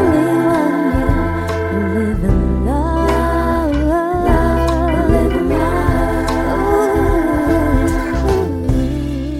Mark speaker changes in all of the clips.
Speaker 1: only one you live in love, live in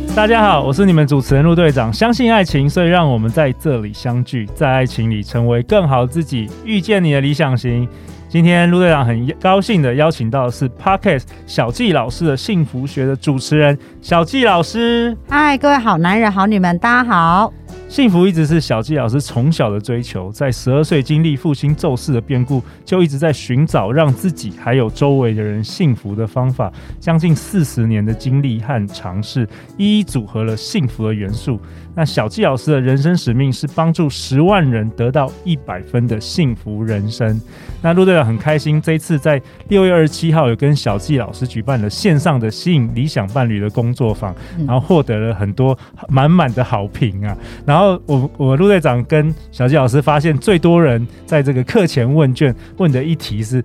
Speaker 1: love.
Speaker 2: 大家好，我是你们主持人陆队长。相信爱情，所以让我们在这里相聚，在爱情里成为更好自己，遇见你的理想型。今天陆队长很高兴的邀请到的是 Parkes 小纪老师的幸福学的主持人小纪老师。
Speaker 3: 嗨，各位好男人、好女们，大家好。
Speaker 2: 幸福一直是小纪老师从小的追求，在十二岁经历父亲骤逝的变故，就一直在寻找让自己还有周围的人幸福的方法。将近四十年的经历和尝试，一一组合了幸福的元素。那小纪老师的人生使命是帮助十万人得到一百分的幸福人生。那陆队长很开心，这一次在六月二十七号有跟小纪老师举办了线上的吸引理想伴侣的工作坊，然后获得了很多满满的好评啊。然后我我陆队长跟小纪老师发现，最多人在这个课前问卷问的一题是。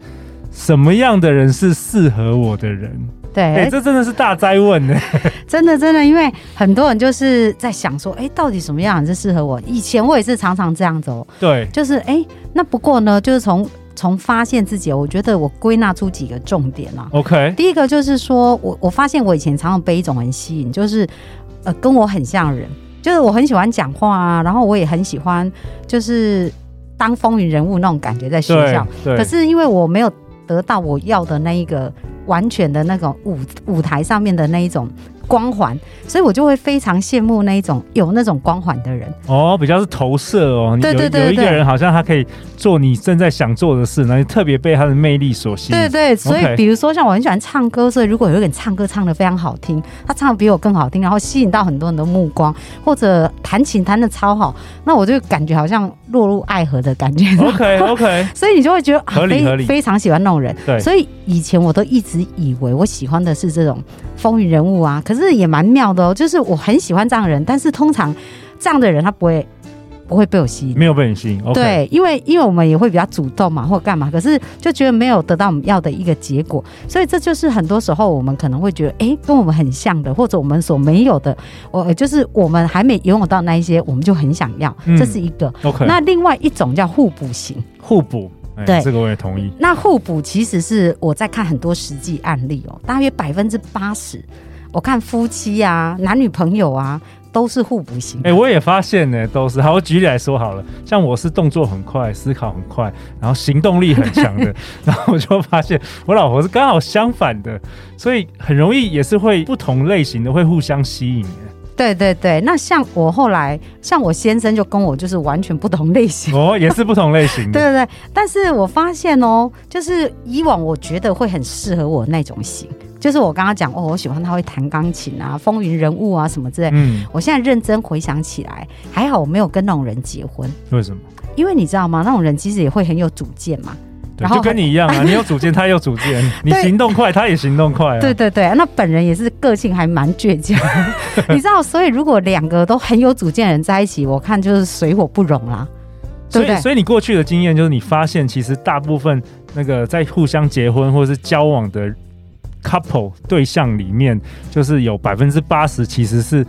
Speaker 2: 什么样的人是适合我的人？
Speaker 3: 对，
Speaker 2: 哎、这真的是大灾问呢、
Speaker 3: 真的真的，因为很多人就是在想说，哎、到底什么样人是适合我？以前我也是常常这样子哦，
Speaker 2: 对，
Speaker 3: 就是哎、那不过呢，就是从从发现自己，我觉得我归纳出几个重点啊啦、
Speaker 2: OK，
Speaker 3: 第一个就是说我我发现我以前常常被一种很吸引，就是呃跟我很像的人，就是我很喜欢讲话啊，然后我也很喜欢就是当风云人物那种感觉在学校
Speaker 2: 对。，对
Speaker 3: 可是因为我没有得到我要的那一个完全的那种舞舞台上面的那一种光环，所以我就会非常羡慕那一种有那种光环的人。
Speaker 2: 哦，比较是投射哦。你
Speaker 3: 对
Speaker 2: 有
Speaker 3: 对对
Speaker 2: 有一个
Speaker 3: 对
Speaker 2: 人好像他可以做你正在想做的事，然后你特别被他的魅力所吸引。
Speaker 3: 对对，所以
Speaker 2: 嗯 OK
Speaker 3: 比如说像我很喜欢唱歌，所以如果有一个人唱歌唱得非常好听，他唱得比我更好听，然后吸引到很多人的目光，或者弹琴弹得超好，那我就感觉好像落入爱河的感觉。
Speaker 2: OK OK，
Speaker 3: 所以你就会觉得啊
Speaker 2: 合，理合理
Speaker 3: 非非常喜欢那种人。
Speaker 2: 对
Speaker 3: 所以以前我都一直以为我喜欢的是这种风云人物啊，可是也蛮妙的哦，就是我很喜欢这样的人，但是通常这样的人他不会不会被我吸引。
Speaker 2: 没有被你吸引。OK，，
Speaker 3: 对，因为因为我们也会比较主动嘛，或干嘛，可是就觉得没有得到我们要的一个结果，所以这就是很多时候我们可能会觉得，哎，跟我们很像的，或者我们所没有的，我呃就是我们还没拥有到那一些，我们就很想要，
Speaker 2: 嗯
Speaker 3: 这是一个。
Speaker 2: OK，
Speaker 3: 那另外一种叫互补型，
Speaker 2: 互补，哎
Speaker 3: 对
Speaker 2: 这个我也同意。
Speaker 3: 那互补其实是我在看很多实际案例哦，大约百分之八十，我看夫妻啊、男女朋友啊都是互补型。
Speaker 2: 哎、我也发现呢、都是好。我举例来说好了，像我是动作很快、思考很快，然后行动力很强 的，然后我就发现我老婆是刚好相反的，所以很容易也是会不同类型的会互相吸引、哎
Speaker 3: 对对对，那像我后来，像我先生就跟我就是完全不同类型。
Speaker 2: 哦，也是不同类型
Speaker 3: 对
Speaker 2: 的。
Speaker 3: 对对，但是我发现哦，就是以往我觉得会很适合我那种型，就是我刚刚讲哦，我喜欢他会弹钢琴啊、风云人物啊什么之类。
Speaker 2: 嗯，
Speaker 3: 我现在认真回想起来，还好我没有跟那种人结婚，
Speaker 2: 为什么？
Speaker 3: 因为你知道吗？那种人其实也会很有主见嘛。
Speaker 2: 对，
Speaker 3: 然后
Speaker 2: 就跟你一样啊，你有主见，他有主 见，你
Speaker 3: 对
Speaker 2: 行动快，他也行动快啊。
Speaker 3: 对对对，那本人也是个性还蛮 倔强，你知道，所以如果两个都很有主见的人在一起，我看就是水火不容啦。
Speaker 2: 所以
Speaker 3: 对不对
Speaker 2: 所以你过去的经验就是，你发现其实大部分那个在互相结婚或是交往的 couple 对象里面，就是有百分之八十其实是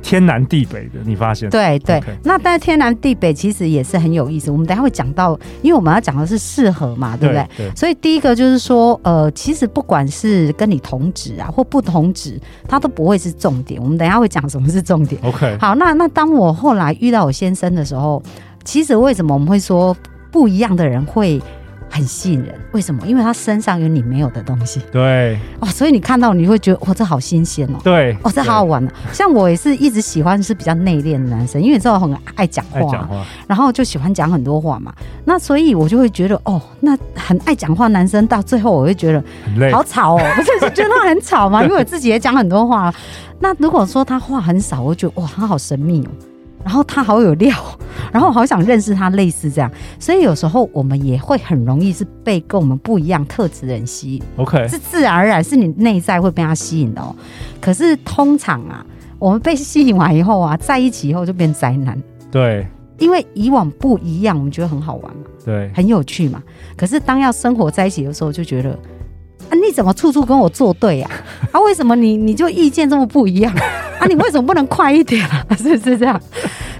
Speaker 2: 天南地北的，你发现？
Speaker 3: 对对
Speaker 2: OK
Speaker 3: 那但是天南地北其实也是很有意思，我们等一下会讲到，因为我们要讲的是适合嘛，对不对？
Speaker 2: 对
Speaker 3: 所以第一个就是说，呃，其实不管是跟你同职啊或不同职，它都不会是重点。我们等一下会讲什么是重点。
Speaker 2: ，OK，
Speaker 3: 好，那那当我后来遇到我先生的时候，其实为什么我们会说不一样的人会很吸引人？为什么？因为他身上有你没有的东西
Speaker 2: 对
Speaker 3: 哦，所以你看到你会觉得哇，这好新鲜哦。
Speaker 2: 对，
Speaker 3: 哦，这好好玩啊！像我也是一直喜欢是比较内敛的男生，因为你知道我很爱讲
Speaker 2: 对爱
Speaker 3: 话
Speaker 2: 讲
Speaker 3: 啊，
Speaker 2: 话，
Speaker 3: 然后就喜欢讲很多话嘛。那所以我就会觉得，哦，那很爱讲话男生到最后，我会觉得
Speaker 2: 很累
Speaker 3: 好，吵哦， 不是是觉得他很吵嘛？因为我自己也讲很多话。啊那如果说他话很少，我就觉得哇，他好神秘哦，然后他好有料， 然后我好想认识他，类似这样。所以有时候我们也会很容易是被跟我们不一样特质的人吸引，
Speaker 2: ，OK，
Speaker 3: 是自然而然，是你内在会被他吸引的哦。可是通常啊，我们被吸引完以后啊，在一起以后就变宅男。
Speaker 2: 对，
Speaker 3: 因为以往不一样，我们觉得很好玩嘛，
Speaker 2: 对，
Speaker 3: 很有趣嘛。可是当要生活在一起的时候，就觉得啊，你怎么处处跟我作对呀、啊？啊，为什么你你就意见这么不一样？啊，你为什么不能快一点啊？ 是不是这样？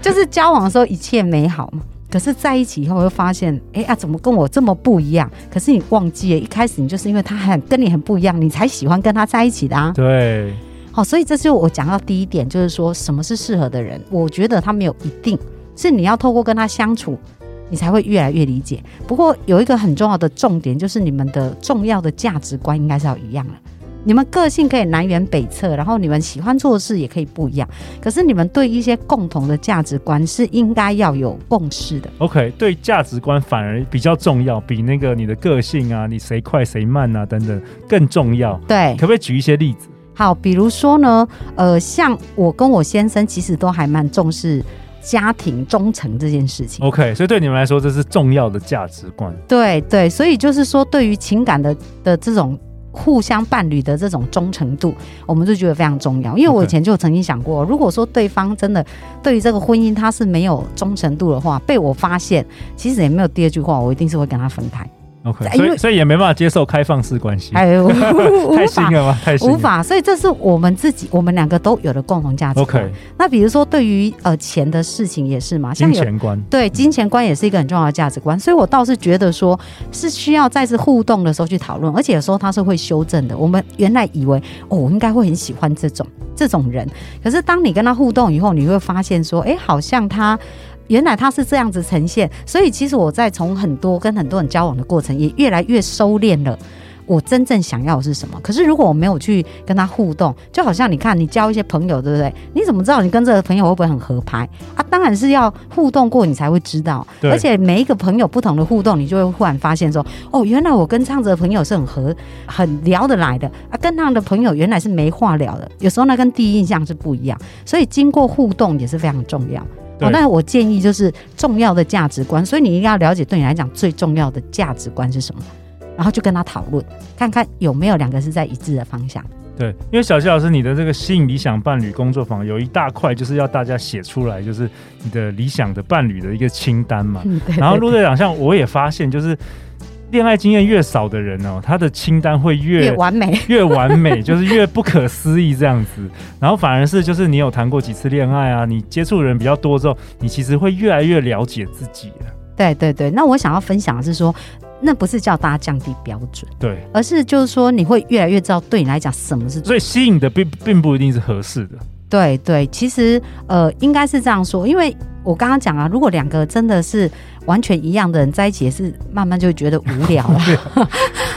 Speaker 3: 就是交往的时候一切美好嘛。可是在一起以后，会发现，哎、啊，怎么跟我这么不一样？可是你忘记了，一开始你就是因为他很跟你很不一样，你才喜欢跟他在一起的啊。
Speaker 2: 对，
Speaker 3: 好，所以这就是我讲到第一点，就是说什么是适合的人。我觉得他没有一定，是你要透过跟他相处，你才会越来越理解。不过有一个很重要的重点，就是你们的重要的价值观应该是要一样的。你们个性可以南辕北辙，然后你们喜欢做的事也可以不一样，可是你们对一些共同的价值观是应该要有共识的。
Speaker 2: OK，对价值观反而比较重要，比那个你的个性啊，你谁快谁慢啊等等更重要。
Speaker 3: 对
Speaker 2: 可，不可以举一些例子？
Speaker 3: 好，比如说呢，呃，像我跟我先生其实都还蛮重视家庭忠诚这件事情。
Speaker 2: OK，所以对你们来说这是重要的价值观。
Speaker 3: 对对，所以就是说，对于情感的的这种互相伴侣的这种忠诚度，我们就觉得非常重要。因为我
Speaker 2: OK
Speaker 3: 以前就曾经想过，如果说对方真的对于这个婚姻他是没有忠诚度的话，被我发现，其实也没有第二句话，我一定是会跟他分开。
Speaker 2: OK，
Speaker 3: 哎因
Speaker 2: 所
Speaker 3: 为
Speaker 2: 以所以也没办法接受开放式关系，
Speaker 3: 哎 呦，无
Speaker 2: 嗯太新
Speaker 3: 法。
Speaker 2: 了吗？太新
Speaker 3: 无
Speaker 2: 了。
Speaker 3: 法，所以这是我们自己，我们两个都有的共同价值观。
Speaker 2: OK，
Speaker 3: 那比如说对于呃钱的事情也是嘛，像
Speaker 2: 金
Speaker 3: 有
Speaker 2: 钱观。
Speaker 3: 对，金钱观也是一个很重要的价值观，所以我倒是觉得说是需要在这互动的时候去讨论，而且有时候它是会修正的。我们原来以为哦，我应该会很喜欢这种这种人，可是当你跟他互动以后，你会发现说，哎，好像他。原来他是这样子呈现，所以其实我在从很多跟很多人交往的过程，也越来越收敛了。我真正想要的是什么？可是如果我没有去跟他互动，就好像你看，你交一些朋友，对不对？你怎么知道你跟这个朋友会不会很合拍？啊，当然是要互动过你才会知道，
Speaker 2: 对
Speaker 3: 而且每一个朋友不同的互动，你就会忽然发现说，哦，原来我跟这样子的朋友是很合、很聊得来的啊，跟那样的朋友原来是没话聊的，有时候呢跟第一印象是不一样，所以经过互动也是非常重要。
Speaker 2: 对
Speaker 3: 哦，那我建议就是重要的价值观，所以你一定要了解对你来讲最重要的价值观是什么，然后就跟他讨论，看看有没有两个是在一致的方向。
Speaker 2: 对，因为小谢老师，你的这个吸引理想伴侣工作坊有一大块就是要大家写出来，就是你的理想的伴侣的一个清单嘛。
Speaker 3: 嗯， 对
Speaker 2: 然后陆队长，像我也发现，就是恋爱经验越少的人哦，他的清单会越
Speaker 3: 越完美，
Speaker 2: 越完美，就是越不可思议这样子。 然后反而是就是你有谈过几次恋爱啊，你接触的人比较多之后，你其实会越来越了解自己啊了。
Speaker 3: 对对对。那我想要分享的是说，那不是叫大家降低标准，
Speaker 2: 对，
Speaker 3: 而是就是说你会越来越知道对你来讲什么是
Speaker 2: 所以吸引的并并不一定是合适 的。
Speaker 3: 对对，其实呃，应该是这样说，因为我刚刚讲啊，如果两个真的是完全一样的人在一起，也是慢慢就会觉得无聊了，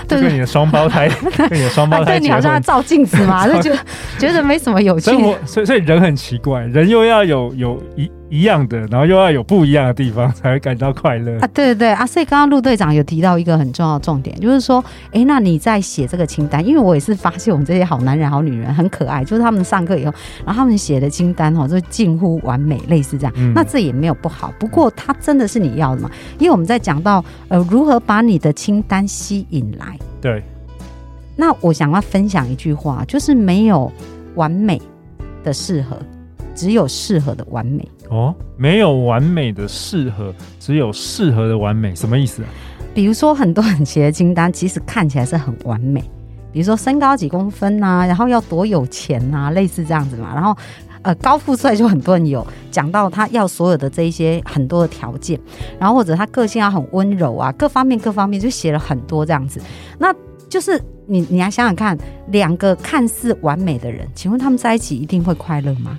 Speaker 3: 对
Speaker 2: 就跟你的双胞胎，跟你的双胞
Speaker 3: 啊， 对
Speaker 2: 胎结
Speaker 3: 你好
Speaker 2: 婚。
Speaker 3: 像要照镜子 嘛，就觉得觉得没什么有趣
Speaker 2: 所以。我所以所以人很奇怪，人又要有有一一样的，然后又要有不一样的地方，才会感到快乐。
Speaker 3: 啊，对对对啊，所以刚刚陆队长有提到一个很重要的重点，就是说，哎，那你在写这个清单，因为我也是发现我们这些好男人、好女人很可爱，就是他们上课以后，然后他们写的清单哦，就近乎完美，类似这样。
Speaker 2: 嗯
Speaker 3: 那这也没有不好，不过它真的是你要的嘛？因为我们在讲到呃如何把你的清单吸引来，
Speaker 2: 对，
Speaker 3: 那我想要分享一句话，就是没有完美的适合，只有适合的完美。
Speaker 2: 哦，没有完美的适合，只有适合的完美，什么意思啊？
Speaker 3: 比如说很多很邪的清单，其实看起来是很完美，比如说身高几公分呐、然后要多有钱呐、类似这样子嘛。然后，呃，高富帅就很多人有讲到他要所有的这一些很多的条件，然后或者他个性要很温柔啊，各方面各方面就写了很多这样子。那就是你你来想想看，两个看似完美的人，请问他们在一起一定会快乐吗？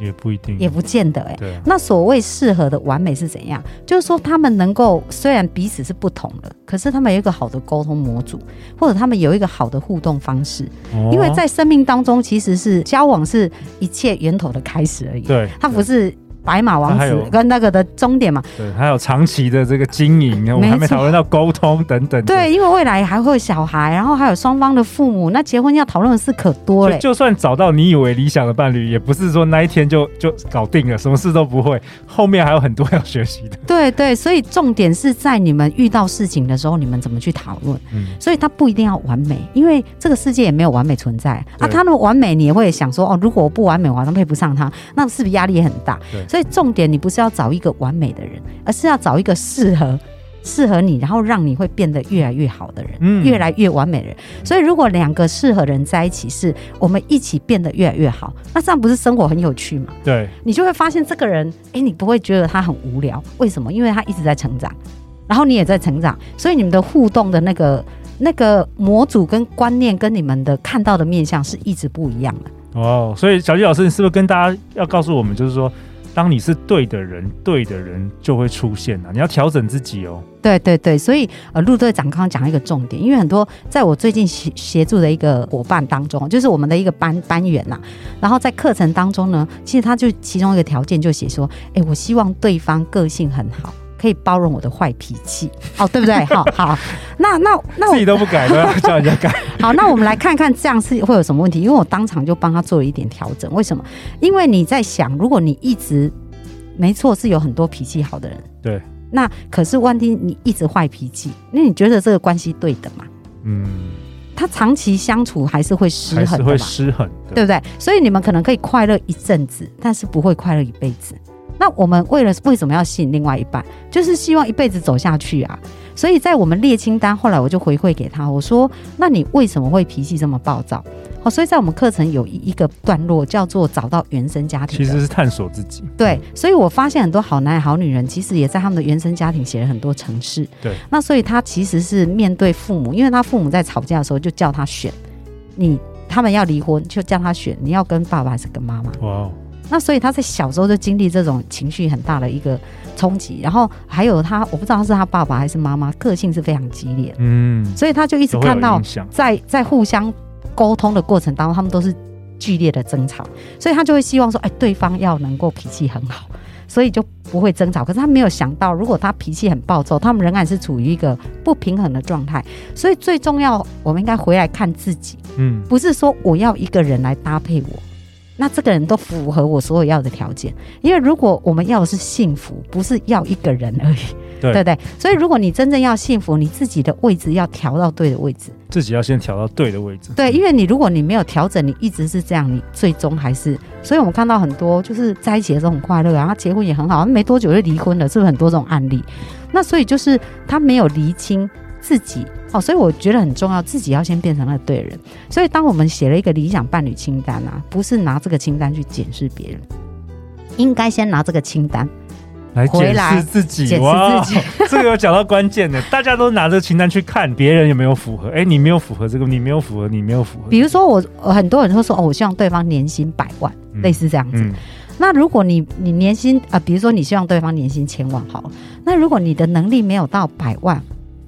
Speaker 2: 也不一定，
Speaker 3: 也不见得哎、
Speaker 2: 对啊，
Speaker 3: 那所谓适合的完美是怎样？就是说他们能够虽然彼此是不同的，可是他们有一个好的沟通模组，或者他们有一个好的互动方式。
Speaker 2: 哦
Speaker 3: 因为在生命当中，其实是交往是一切源头的开始而已，
Speaker 2: 对，
Speaker 3: 它不是白马王
Speaker 2: 它还
Speaker 3: 子
Speaker 2: 有
Speaker 3: 跟那个的终点嘛。
Speaker 2: 对，还有长期的这个经营，我们还没
Speaker 3: 没错
Speaker 2: 讨论到沟通等等。
Speaker 3: 对，，因为未来还会有小孩，然后还有双方的父母，那结婚要讨论的事可多
Speaker 2: 就
Speaker 3: 嘞。
Speaker 2: 就算找到你以为理想的伴侣，也不是说那一天就就搞定了，什么事都不会，后面还有很多要学习的。
Speaker 3: 对对，所以重点是在你们遇到事情的时候，你们怎么去讨论。
Speaker 2: 嗯，
Speaker 3: 所以它不一定要完美，因为这个世界也没有完美存在啊。
Speaker 2: 对
Speaker 3: 它那么完美，你也会想说哦，如果我不完美，我好像配不上他，那是不是压力也很大
Speaker 2: 对？
Speaker 3: 所以所以重点你不是要找一个完美的人，而是要找一个适合适合你，然后让你会变得越来越好的人，
Speaker 2: 嗯
Speaker 3: 越来越完美的人。所以如果两个适合的人在一起是，我们一起变得越来越好，那这样不是生活很有趣吗？
Speaker 2: 对，
Speaker 3: 你就会发现这个人，诶，你不会觉得他很无聊，为什么？因为他一直在成长，然后你也在成长，所以你们的互动的那个那个模组跟观念跟你们的看到的面向是一直不一样的。
Speaker 2: 哦，所以小纪老师，你是不是跟大家要告诉我们，就是说，当你是对的人，对的人就会出现啊，你要调整自己哦。
Speaker 3: 对对对，所以呃，陆队长刚刚讲了一个重点，因为很多在我最近协协助的一个伙伴当中，就是我们的一个班班员啦，然后在课程当中呢，其实他就其中一个条件就写说，哎，我希望对方个性很好，可以包容我的坏脾气，哦，对不对？好好，那那那我
Speaker 2: 自己都不改，都要 叫人家改。
Speaker 3: 好，那我们来看看这样是会有什么问题？因为我当场就帮他做了一点调整。为什么？因为你在想，如果你一直，没错，是有很多脾气好的人，
Speaker 2: 对。
Speaker 3: 那可是万一你一直坏脾气，那你觉得这个关系对等吗？
Speaker 2: 嗯，
Speaker 3: 他长期相处还是会失
Speaker 2: 还
Speaker 3: 衡
Speaker 2: 是
Speaker 3: 的
Speaker 2: 会
Speaker 3: 嘛，
Speaker 2: 失衡的。
Speaker 3: 对不对？所以你们可能可以快乐一阵子，但是不会快乐一辈子。那我们为了为什么要吸引另外一半？就是希望一辈子走下去啊。所以在我们列清单，后来我就回馈给他，我说：“那你为什么会脾气这么暴躁？”好，所以在我们课程有一一个段落叫做找到原生家庭
Speaker 2: 其
Speaker 3: 的。
Speaker 2: 实是探索自己。
Speaker 3: 对，所以我发现很多好男人、好女人，其实也在他们的原生家庭写了很多城市。
Speaker 2: 对，
Speaker 3: 那所以他其实是面对父母，因为他父母在吵架的时候就叫他选，你他们要离婚就叫他选，你要跟爸爸还是跟妈妈？
Speaker 2: 哇哦，
Speaker 3: 那所以他在小时候就经历这种情绪很大的一个冲击，然后还有他，我不知道他是他爸爸还是妈妈，个性是非常激烈的，
Speaker 2: 嗯，
Speaker 3: 所以他就一直
Speaker 2: 都会有
Speaker 3: 看到
Speaker 2: 影响。
Speaker 3: 在在互相沟通的过程当中，他们都是剧烈的争吵，所以他就会希望说，哎，对方要能够脾气很好，所以就不会争吵。可是他没有想到，如果他脾气很暴躁，他们仍然是处于一个不平衡的状态。所以最重要，我们应该回来看自己，
Speaker 2: 嗯，
Speaker 3: 不是说我要一个人来搭配我。那这个人都符合我所有要的条件，因为如果我们要的是幸福，不是要一个人而已，
Speaker 2: 对
Speaker 3: 对不对？所以如果你真正要幸福，你自己的位置要调到对的位置，
Speaker 2: 自己要先调到对的位置。
Speaker 3: 对，因为你如果你没有调整，你一直是这样，你最终还是……所以我们看到很多就是在一起的时候很快乐啊，然后结婚也很好，没多久就离婚了，是不是很多这种案例？那所以就是他没有厘清自己哦，所以我觉得很重要，自己要先变成那个对的人。所以当我们写了一个理想伴侣清单啊，不是拿这个清单去检视别人，应该先拿这个清单
Speaker 2: 来
Speaker 3: 回
Speaker 2: 检
Speaker 3: 来
Speaker 2: 视自己，
Speaker 3: 检视
Speaker 2: 哇
Speaker 3: 自己。
Speaker 2: 这个有讲到关键的，大家都拿着清单去看别人有没有符合，哎，你没有符合这个，你没有符合，你没有符合，
Speaker 3: 比如说我，呃很多人都说哦，我希望对方年薪百万，
Speaker 2: 嗯
Speaker 3: 类似这样子。
Speaker 2: 嗯，
Speaker 3: 那如果你你年薪啊、呃比如说你希望对方年薪千万好了，那如果你的能力没有到百万、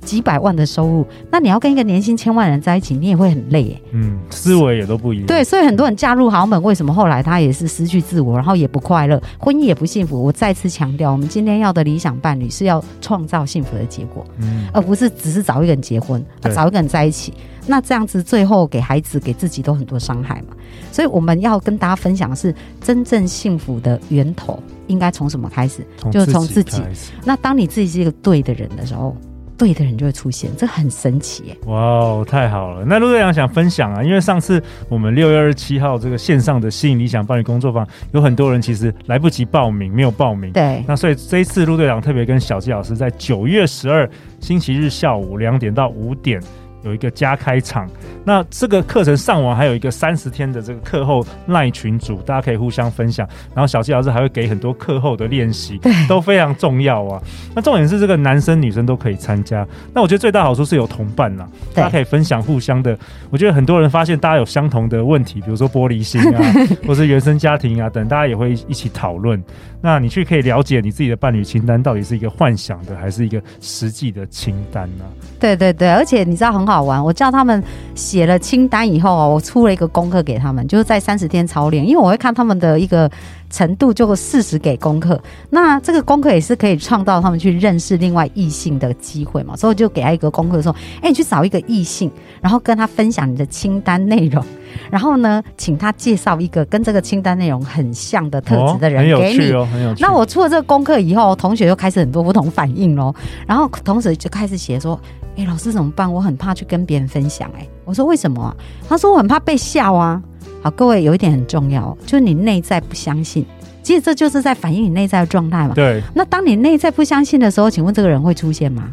Speaker 3: 几百万的收入，那你要跟一个年薪千万的人在一起，你也会很累耶。
Speaker 2: 嗯，思维也都不一样。
Speaker 3: 对，，所以很多人嫁入豪门，为什么后来他也是失去自我，然后也不快乐，婚姻也不幸福？我再次强调，我们今天要的理想伴侣是要创造幸福的结果，
Speaker 2: 嗯，
Speaker 3: 而不是只是找一个人结婚，啊
Speaker 2: 对
Speaker 3: 找一个人在一起。那这样子最后给孩子、给自己都很多伤害嘛。所以我们要跟大家分享的是，真正幸福的源头应该从什么开始？就是从自己
Speaker 2: 开始。
Speaker 3: 那当你自己是一个对的人的时候，对的人就会出现，这很神奇耶、
Speaker 2: 哇哦，太好了！那陆队长想分享啊，因为上次我们六月二十七号这个线上的吸引理想伴侣工作坊，有很多人其实来不及报名，没有报名。
Speaker 3: 对，
Speaker 2: 那所以这一次陆队长特别跟小纪老师在九月十二星期日下午两点到五点有一个加开场。那这个课程上网还有一个三十天的这个课后赖群组，大家可以互相分享。然后小纪老师还会给很多课后的练习，都非常重要啊。那重点是这个男生女生都可以参加。那我觉得最大好处是有同伴啦，
Speaker 3: 对
Speaker 2: 大家可以分享互相的。我觉得很多人发现大家有相同的问题，比如说玻璃心啊， 或是原生家庭啊等，大家也会一起讨论。那你去可以了解你自己的伴侣清单到底是一个幻想的还是一个实际的清单呢、
Speaker 3: 对对对，而且你知道很好玩，我叫他们写了清单以后啊，我出了一个功课给他们，就是在三十天操练，因为我会看他们的一个程度，就适时给功课。那这个功课也是可以创造他们去认识另外异性的机会嘛，所以我就给他一个功课说，哎，你去找一个异性，然后跟他分享你的清单内容，然后呢，请他介绍一个跟这个清单内容很像的特质
Speaker 2: 哦、
Speaker 3: 的
Speaker 2: 很
Speaker 3: 人
Speaker 2: 有
Speaker 3: 给你
Speaker 2: 趣。哦，很有趣。
Speaker 3: 那我出了这个功课以后，同学就开始很多不同反应喽，然后同学就开始写说：“哎、老师怎么办？我很怕去跟别人分享。”哎，我说为什么啊？他说我很怕被笑啊。好，各位有一点很重要哦，就是你内在不相信，其实这就是在反映你内在的状态嘛。
Speaker 2: 对，
Speaker 3: 那当你内在不相信的时候，请问这个人会出现吗？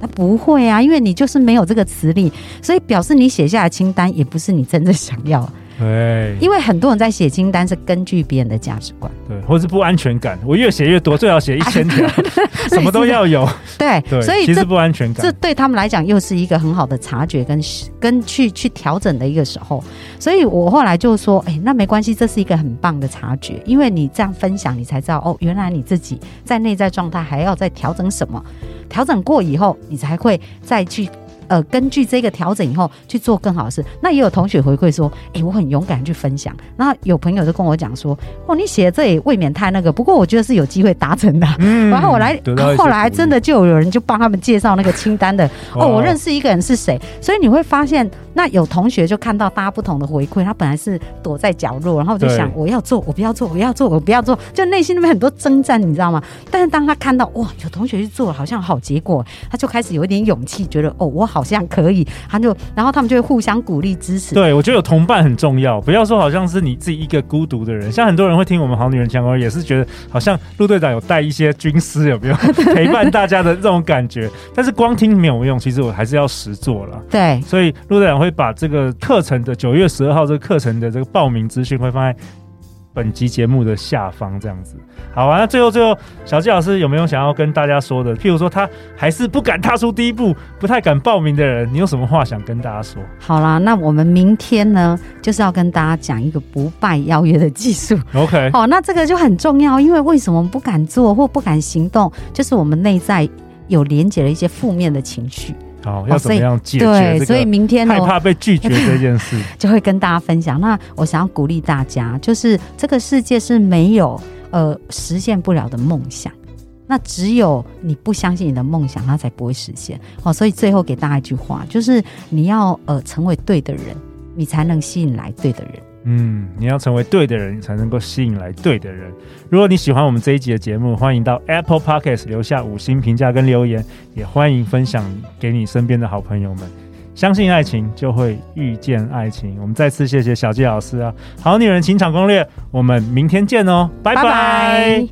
Speaker 3: 他不会啊，因为你就是没有这个磁力，所以表示你写下的清单也不是你真正想要的。
Speaker 2: 哎，
Speaker 3: 因为很多人在写清单是根据别人的价值观，
Speaker 2: 对，或是不安全感，我越写越多，最好写一千 条， 什么都要有。
Speaker 3: 对，
Speaker 2: 对，
Speaker 3: 所以
Speaker 2: 其
Speaker 3: 这
Speaker 2: 实不安全
Speaker 3: 这
Speaker 2: 感，
Speaker 3: 对他们来讲又是一个很好的察觉跟跟去去调整的一个时候，所以我后来就说，哎，那没关系，这是一个很棒的察觉，因为你这样分享，你才知道哦，原来你自己在内在状态还要再调整什么，调整过以后，你才会再去。呃，根据这个调整以后去做更好的事。那也有同学回馈说，哎，我很勇敢去分享。那有朋友就跟我讲说，哦，你写的这也未免太那个，不过我觉得是有机会达成的啊。
Speaker 2: 嗯
Speaker 3: 然后我来
Speaker 2: 得到一，些
Speaker 3: 后来
Speaker 2: 鼓励
Speaker 3: 真的就有人就帮他们介绍那个清单的哦，我认
Speaker 2: 识，
Speaker 3: 识一个人是谁，所以你会发现，那有同学就看到大家不同的回馈，他本来是躲在角落，然后就想
Speaker 2: 对
Speaker 3: 我要做，我不要做，我要做，我不要做，就内心那边很多征战，你知道吗？但是当他看到哇，有同学去做了，好像好结果，他就开始有一点勇气，觉得哦，我好像可以，他就然后他们就会互相鼓励支持，
Speaker 2: 对我觉得有同伴很重要，不要说好像是你自己一个孤独的人，像很多人会听我们好女人强攻，也是觉得好像陆队长有带一些军师，有没有 陪伴大家的这种感觉？但是光听没有用，其实我还是要实做了。
Speaker 3: 对
Speaker 2: 所以陆队长会把这个课程的九月十二号这个课程的这个报名资讯会放在本集节目的下方，这样子。好啊，那最后最后，小纪老师有没有想要跟大家说的？譬如说他还是不敢踏出第一步，不太敢报名的人，你有什么话想跟大家说？
Speaker 3: 好啦，那我们明天呢，就是要跟大家讲一个不败邀约的技术。
Speaker 2: OK，
Speaker 3: 好，哦那这个就很重要，因为为什么我们不敢做或不敢行动，就是我们内在有连接了一些负面的情绪。
Speaker 2: 好，要怎么样解决
Speaker 3: 对，
Speaker 2: 这
Speaker 3: 哦所以
Speaker 2: 个
Speaker 3: 明天 呢
Speaker 2: 害，怕被拒绝这件 事？
Speaker 3: 就会跟大家分享。那我想要鼓励大家，就是这个世界是没有呃实现不了的梦想。那只有你不相信你的梦想，它才不会实现哦。所以最后给大家一句话，就是你要呃成为对的人，你才能吸引来对的人。
Speaker 2: 嗯，你要成为对的人，你才能够吸引来对的人。如果你喜欢我们这一集的节目，欢迎到 Apple Podcast 留下五星评价跟留言，也欢迎分享给你身边的好朋友们。相信爱情，就会遇见爱情。我们再次谢谢小纪老师啊，《好女人情场攻略》，我们明天见哦，拜拜